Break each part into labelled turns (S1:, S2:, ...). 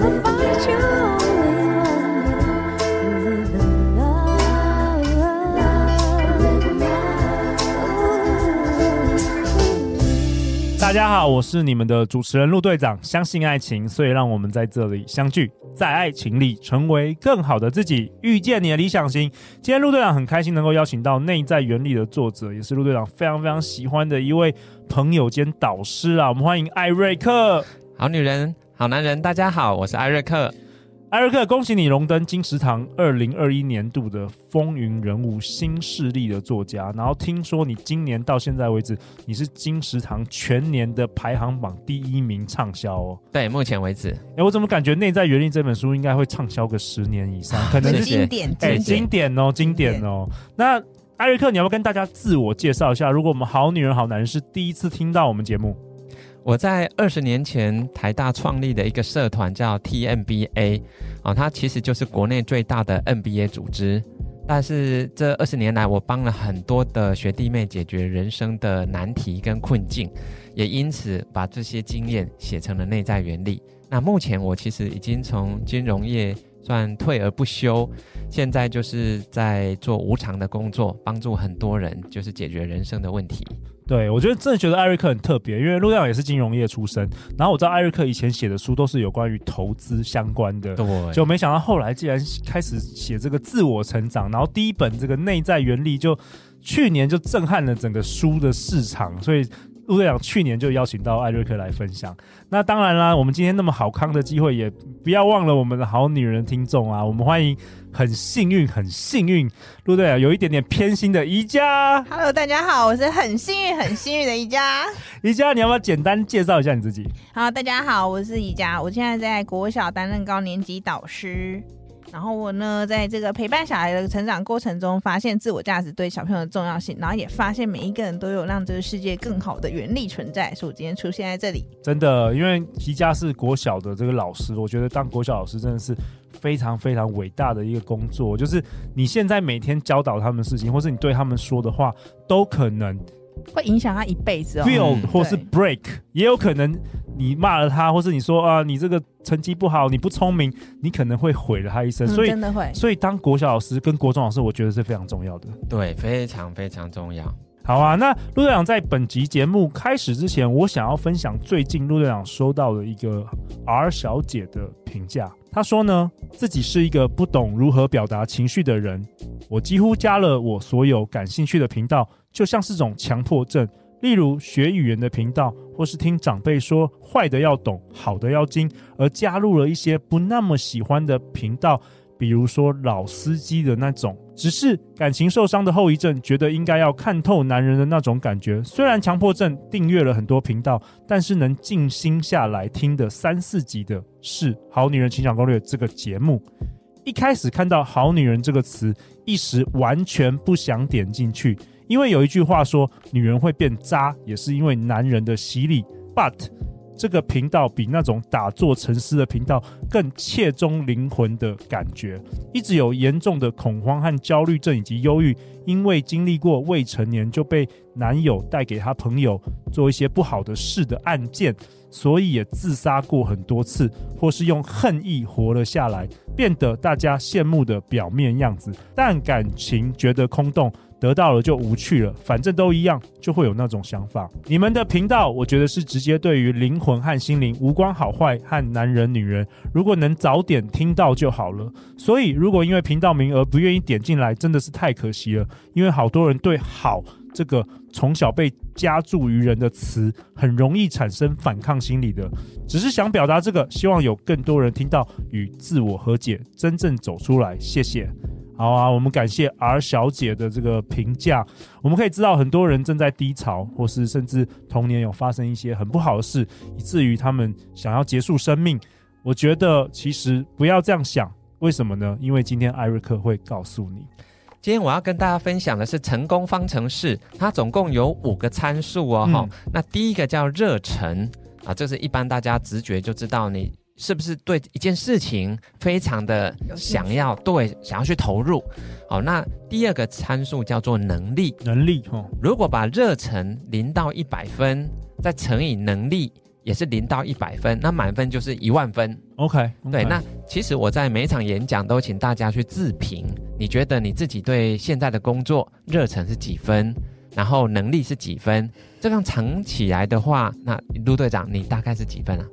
S1: Love that you only want. Live in love, live in love.
S2: 大家好，我是你们的主持人陆队长。相信爱情，所以让我们在这里相聚，在爱情里成为更好的自己，遇见你的理想型。今天陆队长很开心能够邀请到《内在原理》的作者，也是陆队长非常非常喜欢的一位朋友兼导师啊。我们欢迎艾瑞克。
S3: 好女人，好男人，大家好，我是艾瑞克。
S2: 艾瑞克，恭喜你荣登金石堂二零二一年度的风云人物、新势力的作家。然后听说你今年到现在为止，你是金石堂全年的排行榜第一名畅销哦。
S3: 对，目前为止，
S2: 哎、我怎么感觉《内在原力》这本书应该会畅销个十年以 上，可能
S3: 谢
S2: 是
S3: 谢
S4: 经典
S2: 哎、
S4: 经典
S2: 经典哦，经典哦。那艾瑞克，你要不要跟大家自我介绍一下？如果我们好女人好男人是第一次听到我们节目，
S3: 我在二十年前台大创立的一个社团叫 TMBA，啊、它其实就是国内最大的 NBA 组织。但是这二十年来，我帮了很多的学弟妹解决人生的难题跟困境，也因此把这些经验写成了内在原理。那目前我其实已经从金融业算退而不休，现在就是在做无偿的工作，帮助很多人就是解决人生的问题。
S2: 对我觉得真的觉得艾瑞克很特别，因为陆亮也是金融业出身，然后我知道艾瑞克以前写的书都是有关于投资相关的。
S3: 对
S2: 就没想到后来竟然开始写这个自我成长，然后第一本这个内在原力就去年就震撼了整个书的市场，所以陆队长去年就邀请到艾瑞克来分享。那当然啦，我们今天那么好康的机会，也不要忘了我们的好女人听众啊，我们欢迎很幸运很幸运陆队长有一点点偏心的宜家，
S4: Hello，大家好，我是很幸运、很幸运的宜家。
S2: 宜家你要不要简单介绍一下你自己？
S4: 好，大家好，我是宜家，我现在在国小担任高年级导师。然后我呢，在这个陪伴小孩的成长过程中，发现自我价值对小朋友的重要性，然后也发现每一个人都有让这个世界更好的原力存在，所以我今天出现在这里。
S2: 真的，因为宜家是国小的这个老师，我觉得当国小老师真的是非常非常伟大的一个工作。就是你现在每天教导他们事情，或是你对他们说的话，都可能
S4: 会影响他一 辈子哦。
S2: build 或是
S4: 对
S2: break，也有可能你骂了他，或是你说啊你这个成绩不好，你不聪明，你可能会毁了他一生。
S4: 嗯
S2: 所以
S4: 真，的会。
S2: 所以当国小老师跟国中老师，我觉得是非常重要的。
S3: 对，非常非常重要。
S2: 好啊，那陆队长在本集节目开始之前，我想要分享最近陆队长收到的一个 R 小姐的评价。她说呢，自己是一个不懂如何表达情绪的人。我几乎加了我所有感兴趣的频道，就像是种强迫症，例如学语言的频道，或是听长辈说坏的要懂，好的要精，而加入了一些不那么喜欢的频道，比如说老司机的那种，只是感情受伤的后遗症，觉得应该要看透男人的那种感觉。虽然强迫症订阅了很多频道，但是能静心下来听的三四集的是《好女人情场攻略》这个节目。一开始看到“好女人”这个词，一时完全不想点进去，因为有一句话说，女人会变渣，也是因为男人的洗礼。But 这个频道比那种打坐沉思的频道更切中灵魂的感觉。一直有严重的恐慌和焦虑症以及忧郁，因为经历过未成年就被男友带给他朋友做一些不好的事的案件，所以也自杀过很多次，或是用恨意活了下来，变得大家羡慕的表面样子，但感情觉得空洞。得到了就无趣了，反正都一样，就会有那种想法。你们的频道，我觉得是直接对于灵魂和心灵无关好坏和男人女人，如果能早点听到就好了。所以，如果因为频道名而不愿意点进来，真的是太可惜了。因为好多人对“好”这个从小被加注于人的词，很容易产生反抗心理的。只是想表达这个，希望有更多人听到与自我和解，真正走出来。谢谢。好啊，我们感谢 R 小姐的这个评价。我们可以知道，很多人正在低潮，或是甚至童年有发生一些很不好的事，以至于他们想要结束生命。我觉得其实不要这样想，为什么呢？因为今天艾瑞克会告诉你。
S3: 今天我要跟大家分享的是成功方程式，它总共有五个参
S4: 嗯
S2: 嗯
S3: 啊数哦。哈、那第一个叫热忱啊，这是一般大家直觉就知道你。是不是对一件事情非常的
S4: 有兴趣
S3: 想要对想要去投入。好，那第二个参数叫做能力。
S2: 能力哦，
S3: 如果把热忱零到一百分，再乘以能力也是零到一百分，那满分就是一万分。
S2: OK，
S3: 对，那其实我在每一场演讲都请大家去自评，你觉得你自己对现在的工作热忱是几分，然后能力是几分？这样藏起来的话，那陆队长你大概是几分啊？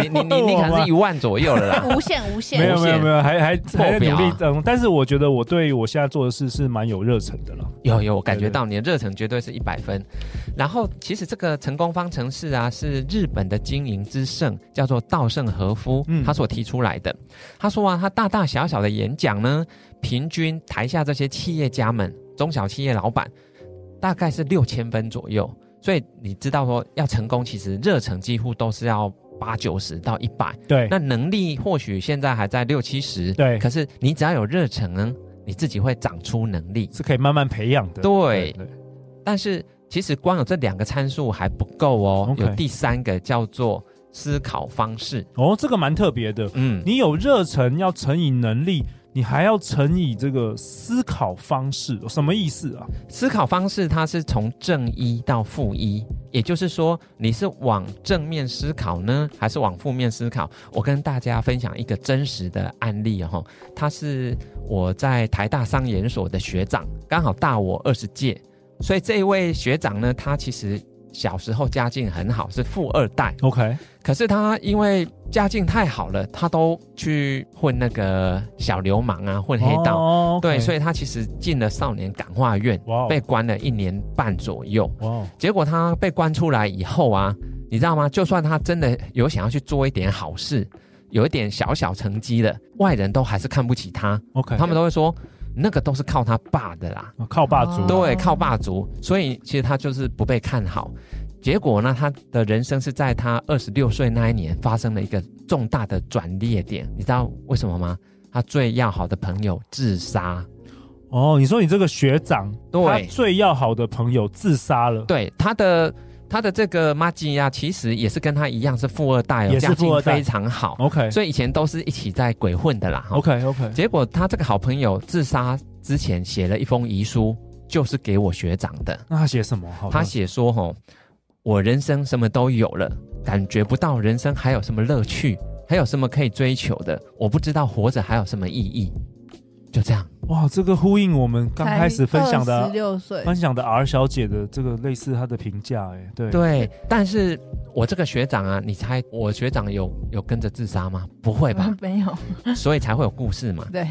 S3: 你你你你可能是一万左右了啦。
S4: 无限无限，
S2: 没有
S3: 无
S2: 没
S3: 限
S2: 有没有，还还还在
S3: 破表
S2: 努
S3: 啊
S2: 力嗯，但是我觉得我对我现在做的事是蛮有热忱的了。
S3: 有有，我感觉到你的热忱绝对是一百分。然后，其实这个成功方程式啊，是日本的经营之圣，叫做稻盛和夫，
S2: 嗯
S3: 他所提出来的。他说啊，他大大小小的演讲呢，平均台下这些企业家们、中小企业老板，大概是六千分左右。所以你知道说，要成功，其实热忱几乎都是要八九十到一百。
S2: 对，
S3: 那能力或许现在还在六七十，
S2: 对
S3: 可是你只要有热忱呢，你自己会长出能力。
S2: 是可以慢慢培养的。
S3: 对
S2: 对，
S3: 但是其实光有这两个参数还不够哦
S2: OK
S3: 有第三个叫做思考方式。
S2: 哦，这个蛮特别的。
S3: 嗯，
S2: 你有热忱，要乘以能力，你还要乘以这个思考方式，什么意思啊？
S3: 思考方式它是从正一到负一，也就是说你是往正面思考呢，还是往负面思考？我跟大家分享一个真实的案例哦，他是我在台大商研所的学长，刚好大我二十届，所以这一位学长呢，他其实小时候家境很好，是富二代。
S2: OK，
S3: 可是他因为家境太好了，他都去混那个小流氓啊，混黑道。
S2: 哦
S3: 对，所
S2: 以
S3: 以他其实进了少年感化院，
S2: 哇哦
S3: 被关了一年半左右。
S2: 哇哦，
S3: 结果他被关出来以后啊，你知道吗？就算他真的有想要去做一点好事，有一点小小成绩的，外人都还是看不起他，
S2: OK，
S3: 他们都会说那个都是靠他爸的啦。
S2: 哦靠霸主，
S4: 哦
S3: 对，靠霸族，所以其实他就是不被看好。结果呢，他的人生是在他二十六岁那一年发生了一个重大的转捩点，你知道为什么吗？他最要好的朋友自杀，
S2: 哦，你说你这个学长，
S3: 对
S2: 他最要好的朋友自杀了，
S3: 对他的他的这个玛吉亚其实也是跟他一样是富二代、哦，
S2: 也是
S3: 家境
S2: 富二代
S3: 非常好，
S2: ，OK
S3: 所以以前都是一起在鬼混的啦。哦
S2: OK OK，
S3: 结果他这个好朋友自杀之前写了一封遗书，就是给我学长的。
S2: 那他写什么？好吧，
S3: 他写说：“吼，我人生什么都有了，感觉不到人生还有什么乐趣，还有什么可以追求的，我不知道活着还有什么意义。”就这样，
S2: 哇，这个呼应我们刚开始分享的啊
S4: 十六岁，
S2: 分享的 R 小姐的这个类似她的评价，哎，对
S3: 对。但是我这个学长啊，你猜我学长有有跟着自杀吗？不会吧，
S4: 没有，
S3: 所以才会有故事嘛。
S4: 对，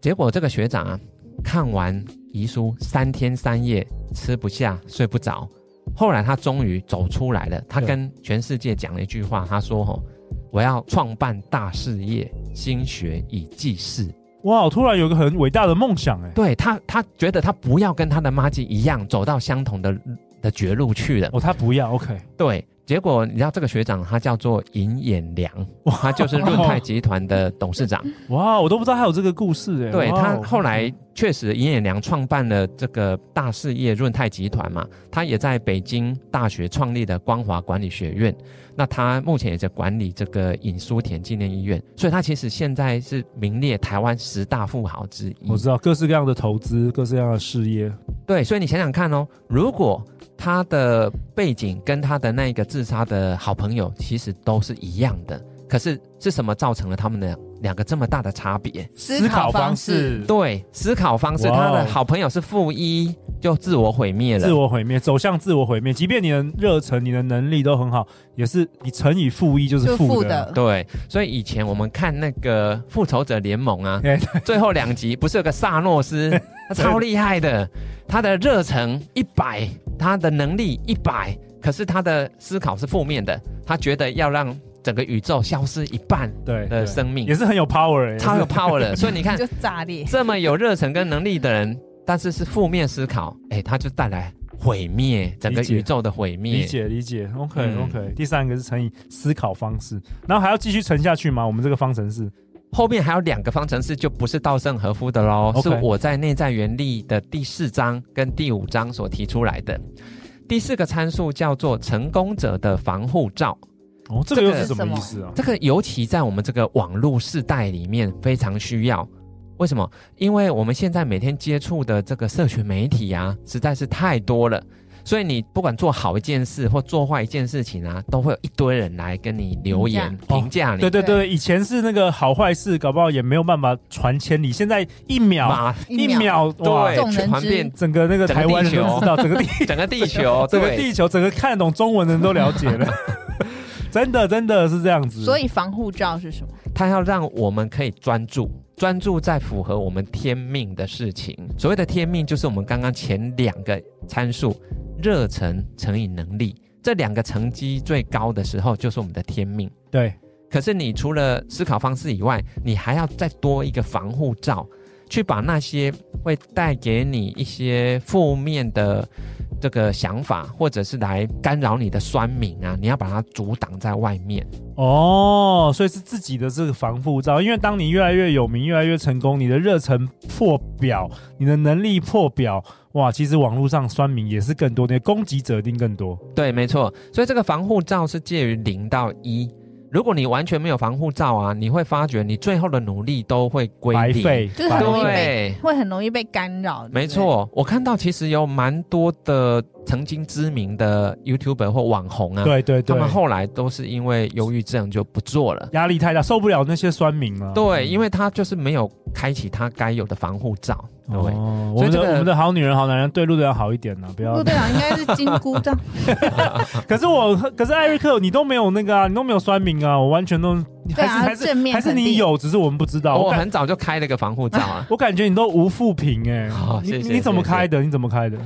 S3: 结果这个学长啊，看完遗书三天三夜，吃不下，睡不着。后来他终于走出来了，他
S2: 对
S3: 跟全世界讲了一句话，他说：“吼，我要创办大事业，心血以济世。
S2: 哇，我突然有一个很伟大的梦想，哎，
S3: 对”他，他觉得他不要跟他的妈吉一样走到相同的的绝路去了。
S2: 哦，他不要 OK，
S3: 对，结果你知道这个学长他叫做尹衍良，他就是润泰集团的董事长。
S2: 哇，我都不知道还有这个故事，哎，
S3: 对
S2: 哇
S3: 他后来确实，尹衍良创办了这个大事业润泰集团嘛，他也在北京大学创立了光华管理学院。那他目前也在管理这个尹书田纪念医院，所以他其实现在是名列台湾十大富豪之一
S2: 我。知道各式各样的投资，各式各样的事业，
S3: 对，所以你想想看哦，如果他的背景跟他的那个自杀的好朋友其实都是一样的，可是是什么造成了他们的两个这么大的差别？
S4: 思考方式，
S3: 对，思考方式，
S2: 哇
S3: 他
S2: 哦
S3: 的好朋友是负一，就自我毁灭了。
S2: 自我毁灭，走向自我毁灭。即便你的热忱、你的能力都很好，也是你乘以负一就是
S4: 就
S2: 负
S4: 负
S2: 的。
S4: 的，
S3: 对，所以以前我们看那个《复仇者联盟》 啊
S2: 哎，
S3: 最后两集不是有个萨 诺斯，他超厉害的，他的热忱一百，他的能力一百，可是他的思考是负面的，他觉得要让整个宇宙消失一半
S2: 对
S3: 的
S2: 对
S3: 生命
S2: 也，是很有 power，、欸、
S3: 超有 power 的。所以你看，
S4: 就炸裂，
S3: 这么有热忱跟能力的人，但是是负面思考，哎，他就带来毁灭整个
S2: 理解
S3: 宇宙的毁
S2: 理
S3: 灭。
S2: 解理解。OK、
S3: 嗯
S2: OK，第三个是乘以思考方式，然后还要继续乘下去吗？我们这个方程式
S3: 后面还有两个方程式，就不是稻盛和夫的喽
S2: OK
S3: 是我在内在原力的第四章跟第五章所提出来的。第四个参数叫做成功者的防护罩。
S2: 哦，这个又
S3: 这
S2: 是
S3: 个
S2: 什么
S4: 是什么
S2: 意思啊？
S3: 这个尤其在我们这个网络世代里面非常需要。为什么？因为我们现在每天接触的这个社群媒体啊，实在是太多了。所以你不管做好一件事或做坏一件事情啊，都会有一堆人来跟你留言
S2: 评价哦
S3: 评价你。
S2: 对对对，以前是那个好坏事，搞不好也没有办法传千里，现在一秒
S3: 马
S2: 一秒哇
S3: 对，
S4: 众人
S3: 传
S4: 之
S3: 遍
S2: 整个那个台湾人
S3: 整个地
S2: 都
S3: 球
S2: 知道，整个地
S3: 整个地球，
S2: 整个
S3: 对
S2: 地球，整个看得懂中文的人都了解 了，真的真的是这样子。
S4: 所以防护罩是什么？
S3: 它要让我们可以专注，专注在符合我们天命的事情。所谓的天命，就是我们刚刚前两个参数，热忱乘以能力，这两个成绩最高的时候，就是我们的天命。
S2: 对，
S3: 可是你除了思考方式以外，你还要再多一个防护罩，去把那些会带给你一些负面的这个想法，或者是来干扰你的酸民啊，你要把它阻挡在外面。
S2: 哦，所以是自己的这个防护罩，因为当你越来越有名、越来越成功，你的热忱破表，你的能力破表，哇，其实网络上酸民也是更多，你的攻击者一定更多。
S3: 对，没错。所以这个防护罩是介于零到一。如果你完全没有防护罩啊，你会发觉你最后的努力都会归
S2: 白
S3: 零。
S2: 费，
S4: 就是
S2: 白
S4: 很容易
S2: 费。
S4: 被
S3: 对，
S4: 会很容易被干扰。对不对
S3: 没，错。我看到其实有蛮多的曾经知名的 YouTuber 或网红啊，
S2: 对对
S3: 他
S2: 对，嗯
S3: 们后来都是因为忧郁症就不做了。
S2: 压力太大，受不了那些酸民了。
S3: 对，因为他就是没有开启他该有的防护罩。对，
S2: 哦，我
S3: 所
S2: 们
S3: 以
S2: 的
S3: 这个
S2: 我们的好女人、好男人对路的要好一点呢，啊不要
S4: 陆。队长应该是金箍 罩，
S2: 可是我，可是艾瑞克，你都没有那个啊，你都没有酸民啊，我完全都
S4: 对
S2: 还是
S4: 啊，
S2: 还是
S4: 正面
S2: 还是
S4: 肯定
S2: 你。有，只是我们不知道。
S3: 我
S2: 我感，
S3: 很早就开了个防护罩啊
S2: 我感觉你都无负评哎
S3: 好，
S2: 你
S3: 谢谢
S2: 你怎么
S3: 谢谢
S2: 开的？你怎么开的？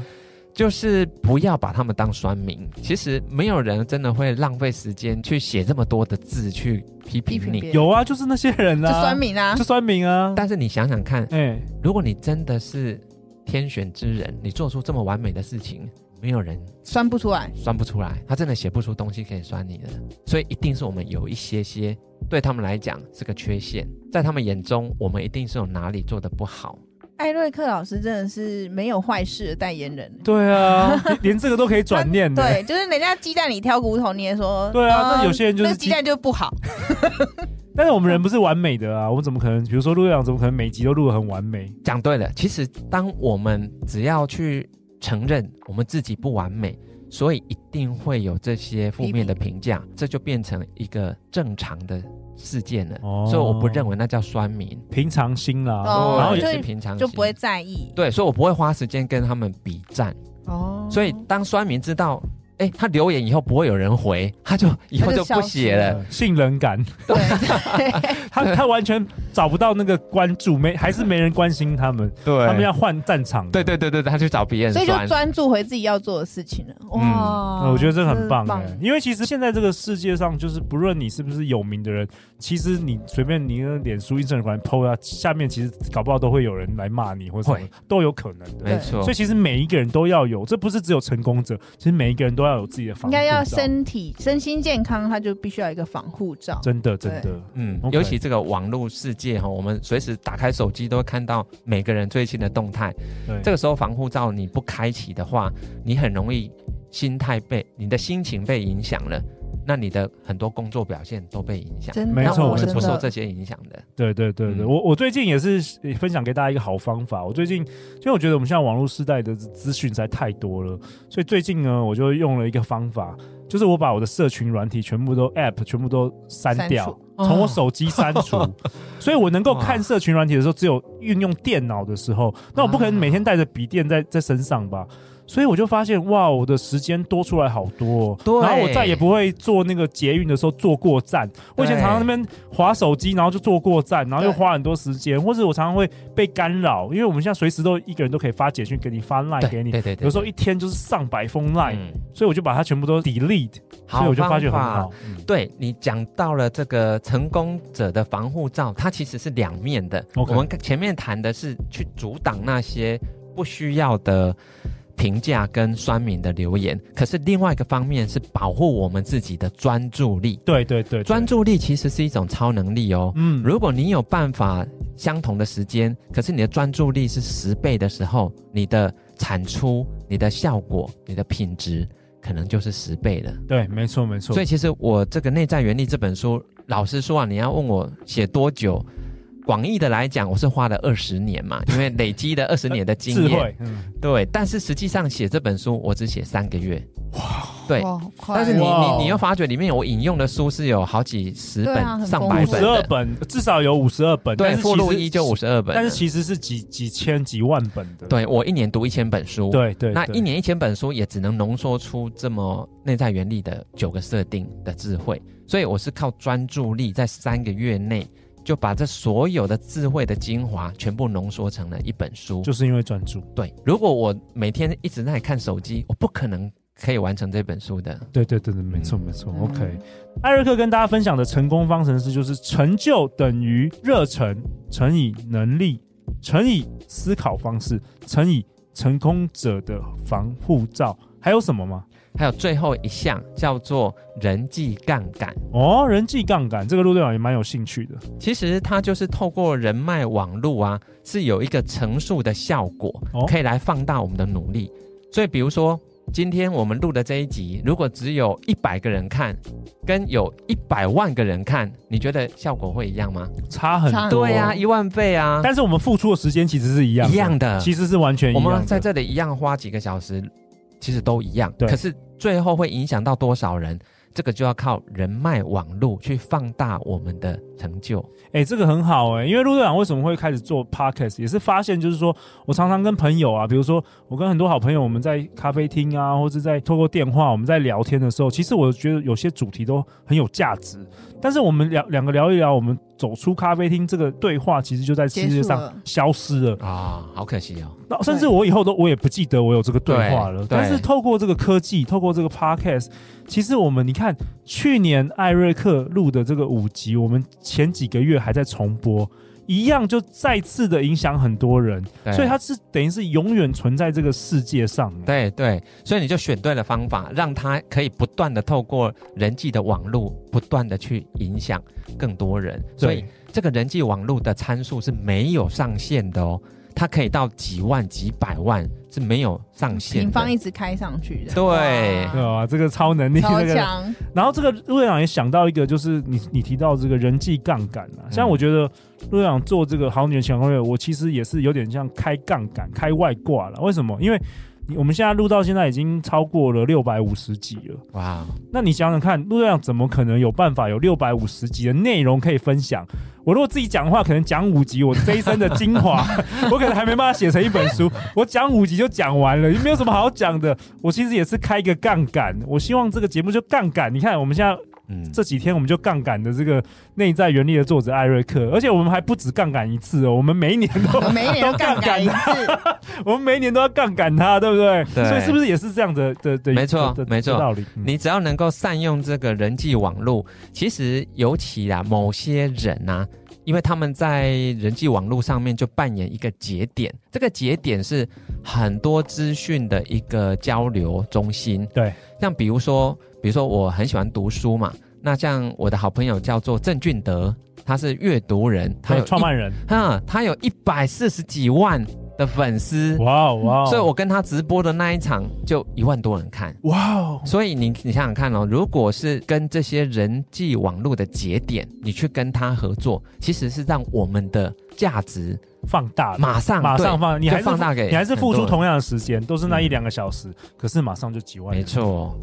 S3: 就是不要把他们当酸民。其实没有人真的会浪费时间去写这么多的字去批
S4: 批
S3: 评
S4: 评
S3: 你。
S4: 别人
S2: 有啊，就是那些人
S4: 就
S2: 啊，
S4: 酸，民啊
S2: 就，酸民啊。
S3: 但是你想想看，
S2: 哎，
S3: 如果你真的是天选之人，你做出这么完美的事情，没有人
S4: 酸不出来。
S3: 酸不出来，他真的写不出东西可以酸你的，所以一定是我们有一些些对他们来讲是个缺陷，在他们眼中，我们一定是有哪里做的不好。
S4: 艾瑞克老师真的是没有坏事的代言人。
S2: 对 啊，连连这个都可以转念的。
S4: 对，就是人家鸡蛋里挑骨头，你也说。
S2: 嗯对啊
S4: 呃
S2: 那有些人就是
S4: 那鸡蛋就不好。
S2: 但是我们人不是完美的啊，我们怎么可能？比如说陆队长，怎么可能每集都录得很完美？
S3: 讲对了，其实当我们只要去承认我们自己不完美，所以一定会有这些负面的评价，这就变成一个正常的事件了。
S2: 哦
S3: 所以我不认为那叫酸民，
S2: 平常心啦，
S4: 哦
S2: 然后
S3: 也
S2: 也
S4: 就是
S3: 平常心
S4: 就不会在意
S3: 对，所以我不会花时间跟他们比战。
S4: 哦
S3: 所以当酸民知道，哎、他留言以后不会有人回，他就以后就不写了。
S2: 呃信任 感，
S4: 对，
S2: 他他完全找不到那个关注，没还是没人关心他们，
S3: 对
S2: 他们要换战场。
S3: 对对对对，他去找别人
S4: 所以就
S3: 酸。
S4: 专注回自己要做的事情了。哇，
S2: 呃我觉得这很棒
S4: 真的
S2: 哎、因为其实现在这个世界上，就是不论你是不是有名的人，其实你随便你的脸书、Instagram PO 啊，下面其实搞不好都会有人来骂你或者什么
S3: 会，
S2: 都有可能的。
S3: 没错
S2: 所以，其实每一个人都要有，这不是只有成功者，其实每一个人都要有自己的防
S4: 应
S2: 护罩。
S4: 该要身体身心健康，它就必须要有一个防护罩。
S2: 真的真的，
S3: 嗯
S2: OK
S3: 尤其这个网络世界哈，我们随时打开手机都会看到每个人最新的动态。
S2: 对
S3: 这个时候防护罩你不开启的话，你很容易心态被你的心情被影响了，那你的很多工作表现都被影响。
S4: 真的，
S2: 没错
S3: 那我是
S4: 真
S3: 不
S4: 的
S3: 受这些影响的。
S2: 对对对对，
S3: 嗯
S2: 我我最近也是呃分享给大家一个好方法。我最近，因为我觉得我们现在网络时代的资资讯实在太多了，所以最近呢，我就用了一个方法，就是我把我的社群软体全部都 App 全部都删掉
S4: 删，
S2: 从我手机删 除，所以我能够看
S3: 哦哇
S2: 社群软体的时候，只有运用电脑的时候，那我不可能每天带着笔电在在身上吧。所以我就发现，哇，我的时间多出来好多、哦，
S3: 对
S2: 然后我再也不会坐那个捷运的时候坐过站。我以前
S3: 对
S2: 常常那边划手机，然后就坐过站，然后又
S4: 对
S2: 花很多时间，或者我常常会被干扰，因为我们现在随时都一个人都可以发简讯给你，发 line
S3: 对
S2: 给
S3: 对
S2: 你，
S3: 对对对，
S2: 有时候一天就是上百封 line，、
S3: 嗯
S2: 所以我就把它全部都 delete，所以我就发觉很
S3: 方法
S2: 好。嗯
S3: 对你讲到了这个成功者的防护罩，它其实是两面的。
S2: OK
S3: 我们前面谈的是去阻挡那些不需要的评价跟酸民的留言，可是另外一个方面是保护我们自己的专注力。
S2: 对对对，对
S3: 专，注力其实是一种超能力哦。
S2: 嗯，
S3: 如果你有办法相同的时间，可是你的专注力是十倍的时候，你的产出、你的效果、你的品质可能就是十倍了。
S2: 对，没错没错
S3: 所以。其实我这个《内在原力》这本书，老实说啊，你要问我写多久，广义的来讲，我是花了二十年嘛，因为累积了二十年的
S2: 智
S3: 经验。
S2: 慧，嗯，
S3: 对，但是实际上写这本书，我只写三个月。对
S5: 哇，好快哦
S3: 但是你
S2: 哇
S3: 你你又发觉里面我引用的书是有好几十
S5: 对
S3: 本、
S5: 啊很
S3: 上
S5: 丰
S3: 百
S2: 五
S5: 富
S3: 本
S2: 十二
S3: 的，
S2: 本至少有五十二本，但是
S3: 对，
S2: 其
S3: 附录
S2: 实
S3: 一就五十二本了。
S2: 但是其实是几几千几万本的。
S3: 对我一年读一千本书，
S2: 对对，
S3: 那
S2: 对
S3: 一年一千本书也只能浓缩出这么内在原理的九个设定的智慧，所以我是靠专注力在三个月内就把这所有的智慧的精华全部浓缩成了一本书。
S2: 就是因为专注，
S3: 对，如果我每天一直在看手机，我不可能可以完成这本书的。
S2: 对对对对，没错没
S3: 嗯
S2: 错。OK，艾瑞克跟大家分享的成功方程式就是成就等于热忱乘以能力乘以思考方式乘以成功者的防护罩。还有什么吗？
S3: 还有最后一项叫做人际杠杆，
S2: 哦，人际杠杆这个陆队长也蛮有兴趣的。
S3: 其实它就是透过人脉网络啊，是有一个乘数的效果，
S2: 哦
S3: 可以来放大我们的努力。所以，比如说今天我们录的这一集，如果只有一百个人看，跟有一百万个人看，你觉得效果会一样吗？
S2: 差很
S5: 差很
S2: 多。
S5: 多
S3: 对啊，一万倍啊，
S2: 但是我们付出的时间其实是一样
S3: 一样的
S2: 其实是完全一
S3: 我
S2: 样的。
S3: 们在这里一样花几个小时，其实都一样。
S2: 对
S3: 可是最后会影响到多少人？这个就要靠人脉网络去放大我们的成就。
S2: 哎、这个很好哎、因为陆队长为什么会开始做 podcast，也是发现就是说我常常跟朋友啊，比如说我跟很多好朋友，我们在咖啡厅啊，或是在透过电话我们在聊天的时候，其实我觉得有些主题都很有价值，但是我们两两个聊一聊，我们走出咖啡厅，这个对话其实就在世界
S5: 结束
S2: 上
S5: 了
S2: 消失了。
S3: 啊、好可惜哦！
S2: 那甚至我以后都我也不记得我有这个对话了
S3: 对。对
S2: 但是透过这个科技，透过这个 podcast，其实我们你看，去年艾瑞克录的这个五集，我们前几个月还在重播，一样就再次的影响很多人，
S3: 对啊
S2: 所以它是等于是永远存在这个世界上。哎
S3: 对对，所以你就选对了方法，让他可以不断的透过人际的网络，不断的去影响更多人。所以
S2: 对
S3: 这个人际网络的参数是没有上限的哦，它可以到几万、几百万是没有上限
S5: 平
S3: 的。
S5: 方一直开上去的，
S3: 对
S5: 哇
S2: 对啊，这个超能力，
S5: 超
S2: 这个
S5: 强，
S2: 然后这个陆队长也想到一个，就是你你提到这个人际杠杆啊，像我觉得陆队长做这个好女人前攻略，我其实也是有点像开杠杆、开外挂了。为什么？因为你我们现在录到现在已经超过了六百五十集了，
S3: 哇，
S2: 那你想想看，陆队长怎么可能有办法有六百五十集的内容可以分享？我如果自己讲的话，可能讲五集，我这一生的精华， 我可能还没办法写成一本书。我讲五集就讲完了，也没有什么好讲的。我其实也是开一个杠杆，我希望这个节目就杠杆。你看，我们现在
S3: 嗯，
S2: 这几天我们就杠杆的这个内在原力的作者艾瑞克，而且我们还不止杠杆一次哦，我们每一年都
S5: 我每一 年都杠杆一
S2: 啊
S5: 次，
S2: 我们每一年都要杠杆他，对不对？
S3: 对
S2: 所以是不是也是这样的的的？
S3: 没错
S2: 的的
S3: 没错
S2: 的道理。嗯
S3: 你只要能够善用这个人际网络，其实尤其啊，某些人啊，因为他们在人际网络上面就扮演一个节点，这个节点是很多资讯的一个交流中心。
S2: 对，
S3: 像比如说，比如说我很喜欢读书嘛，那像我的好朋友叫做郑俊德，他是阅读人，他
S2: 还
S3: 有
S2: 有创
S3: 一
S2: 办人，
S3: 哈，他有一百四十几万的粉丝。
S2: 哇哦哇哦！
S3: 所以，我跟他直播的那一场就一万多人看，
S2: 哇哦，
S3: 所以你你想想看哦，如果是跟这些人际网络的节点，你去跟他合作，其实是让我们的价值
S2: 放大了
S3: 马上
S2: 马上
S3: 对
S2: 放，你还是
S3: 就放大给
S2: 你还是付出
S3: 很多嗯
S2: 同样的时间，都是那一两个小时，可是马上就几万
S3: 人。没
S2: 人。
S3: 错，哦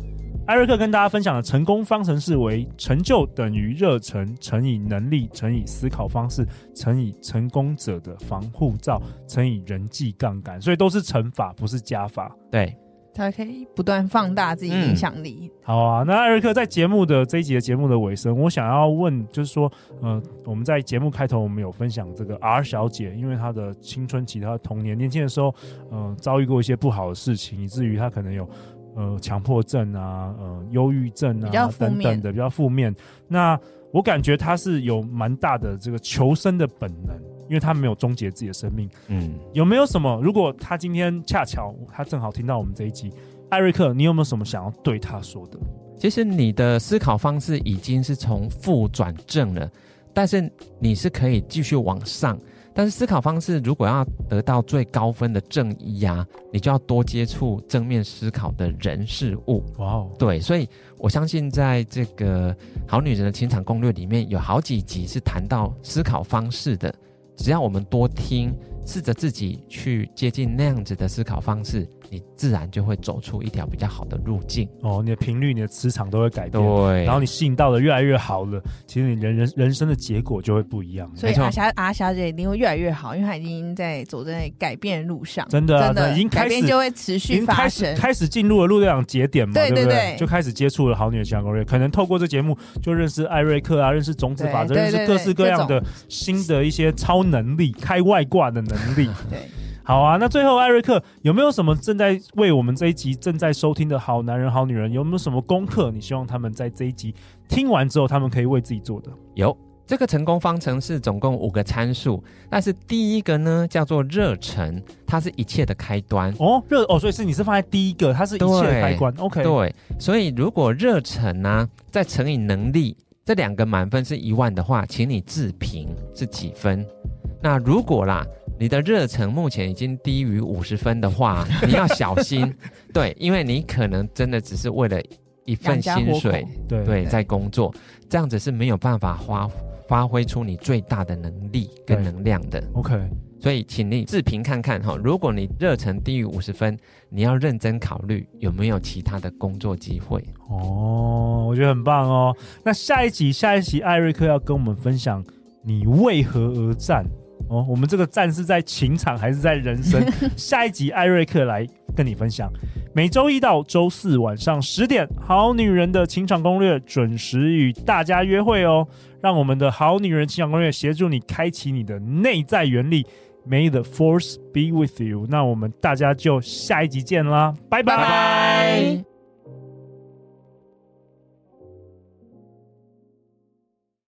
S2: 艾瑞克跟大家分享的成功方程式为：成就等于热忱乘以能力乘以思考方式乘以成功者的防护罩乘以人际杠杆，所以都是乘法，不是加法。
S3: 对，
S5: 才可以不断放大自己影响力。
S2: 好啊，那艾瑞克在节目的这一集的节目的尾声，我想要问，就是说，呃，我们在节目开头我们有分享这个 R 小姐，因为她的青春期，她的童年年轻的时候，呃，遭遇过一些不好的事情，以至于她可能有呃强迫症啊，呃，忧郁症
S5: 比较
S2: 啊
S5: 负
S2: 等等
S5: 面
S2: 的比较负面。那我感觉她是有蛮大的这个求生的本能，因为她没有终结自己的生命。
S3: 嗯，
S2: 有没有什么？如果他今天恰巧他正好听到我们这一集，艾瑞克，你有没有什么想要对他说的？
S3: 其实你的思考方式已经是从负转正了，但是你是可以继续往上。但是思考方式如果要得到最高分的正一啊，你就要多接触正面思考的人事物。
S2: 哇哦，
S3: 对，所以我相信在这个《好女人的情场攻略》里面有好几集是谈到思考方式的。只要我们多听，试着自己去接近那样子的思考方式，你自然就会走出一条比较好的路径。
S2: 哦，你的频率、你的磁场都会改变，
S3: 对，
S2: 然后你吸引到的越来越好了，其实你人人人生的结果就会不一样。
S5: 所以
S3: 没错
S5: 阿小阿小姐一定会越来越好，因为她已经在走在改变路上，
S2: 真的啊
S5: 真
S2: 那
S5: 的
S2: 已经
S5: 改
S2: 开始
S5: 变就会持
S2: 已
S5: 续
S2: 经开
S5: 发
S2: 始
S5: 生。
S2: 开始进入了陆队长节点嘛，
S5: 对
S2: 不
S5: 对
S2: 对？
S5: 对
S2: 就开始接触了好女人情感攻略，可能透过这节目就认识艾瑞克啊，认识种子法则，
S5: 对
S2: 认
S5: 对对
S2: 识各式各样
S5: 各
S2: 的新的一些超能力、开外挂的能力。
S5: 对，
S2: 好啊，那最后艾瑞克有没有什么正在为我们这一集正在收听的好男人、好女人有没有什么功课？你希望他们在这一集听完之后，他们可以为自己做的？
S3: 有这个成功方程式总共五个参数，但是第一个呢叫做热忱，它是一切的开端。
S2: 哦，热哦，所以是你是放在第一个，它是一切的开关。OK，
S3: 对，所以如果热忱呢、再乘以能力，这两个满分是一万的话，请你自评是几分？那如果啦，你的热忱目前已经低于五十分的话，你要小心，对，因为你可能真的只是为了一份
S5: 养家
S3: 薪
S5: 活口
S3: 水，
S2: 对
S3: 对，在工作，这样子是没有办法发发挥出你最大的能力跟
S2: 对
S3: 能量的。
S2: ，OK，
S3: 所以，请你自评看看哈。如果你热忱低于五十分，你要认真考虑有没有其他的工作机会。
S2: 哦，我觉得很棒哦。那下一集，下一集艾瑞克要跟我们分享你为何而战哦。我们这个战是在情场还是在人 生？下一集艾瑞克来跟你分享。每周一到周四晚上十点，《好女人的情场攻略》准时与大家约会哦。让我们的好女人情场攻略协助你开启你的内在原力。May the force be with you。那我们大家就下一集见啦，拜拜
S5: 拜拜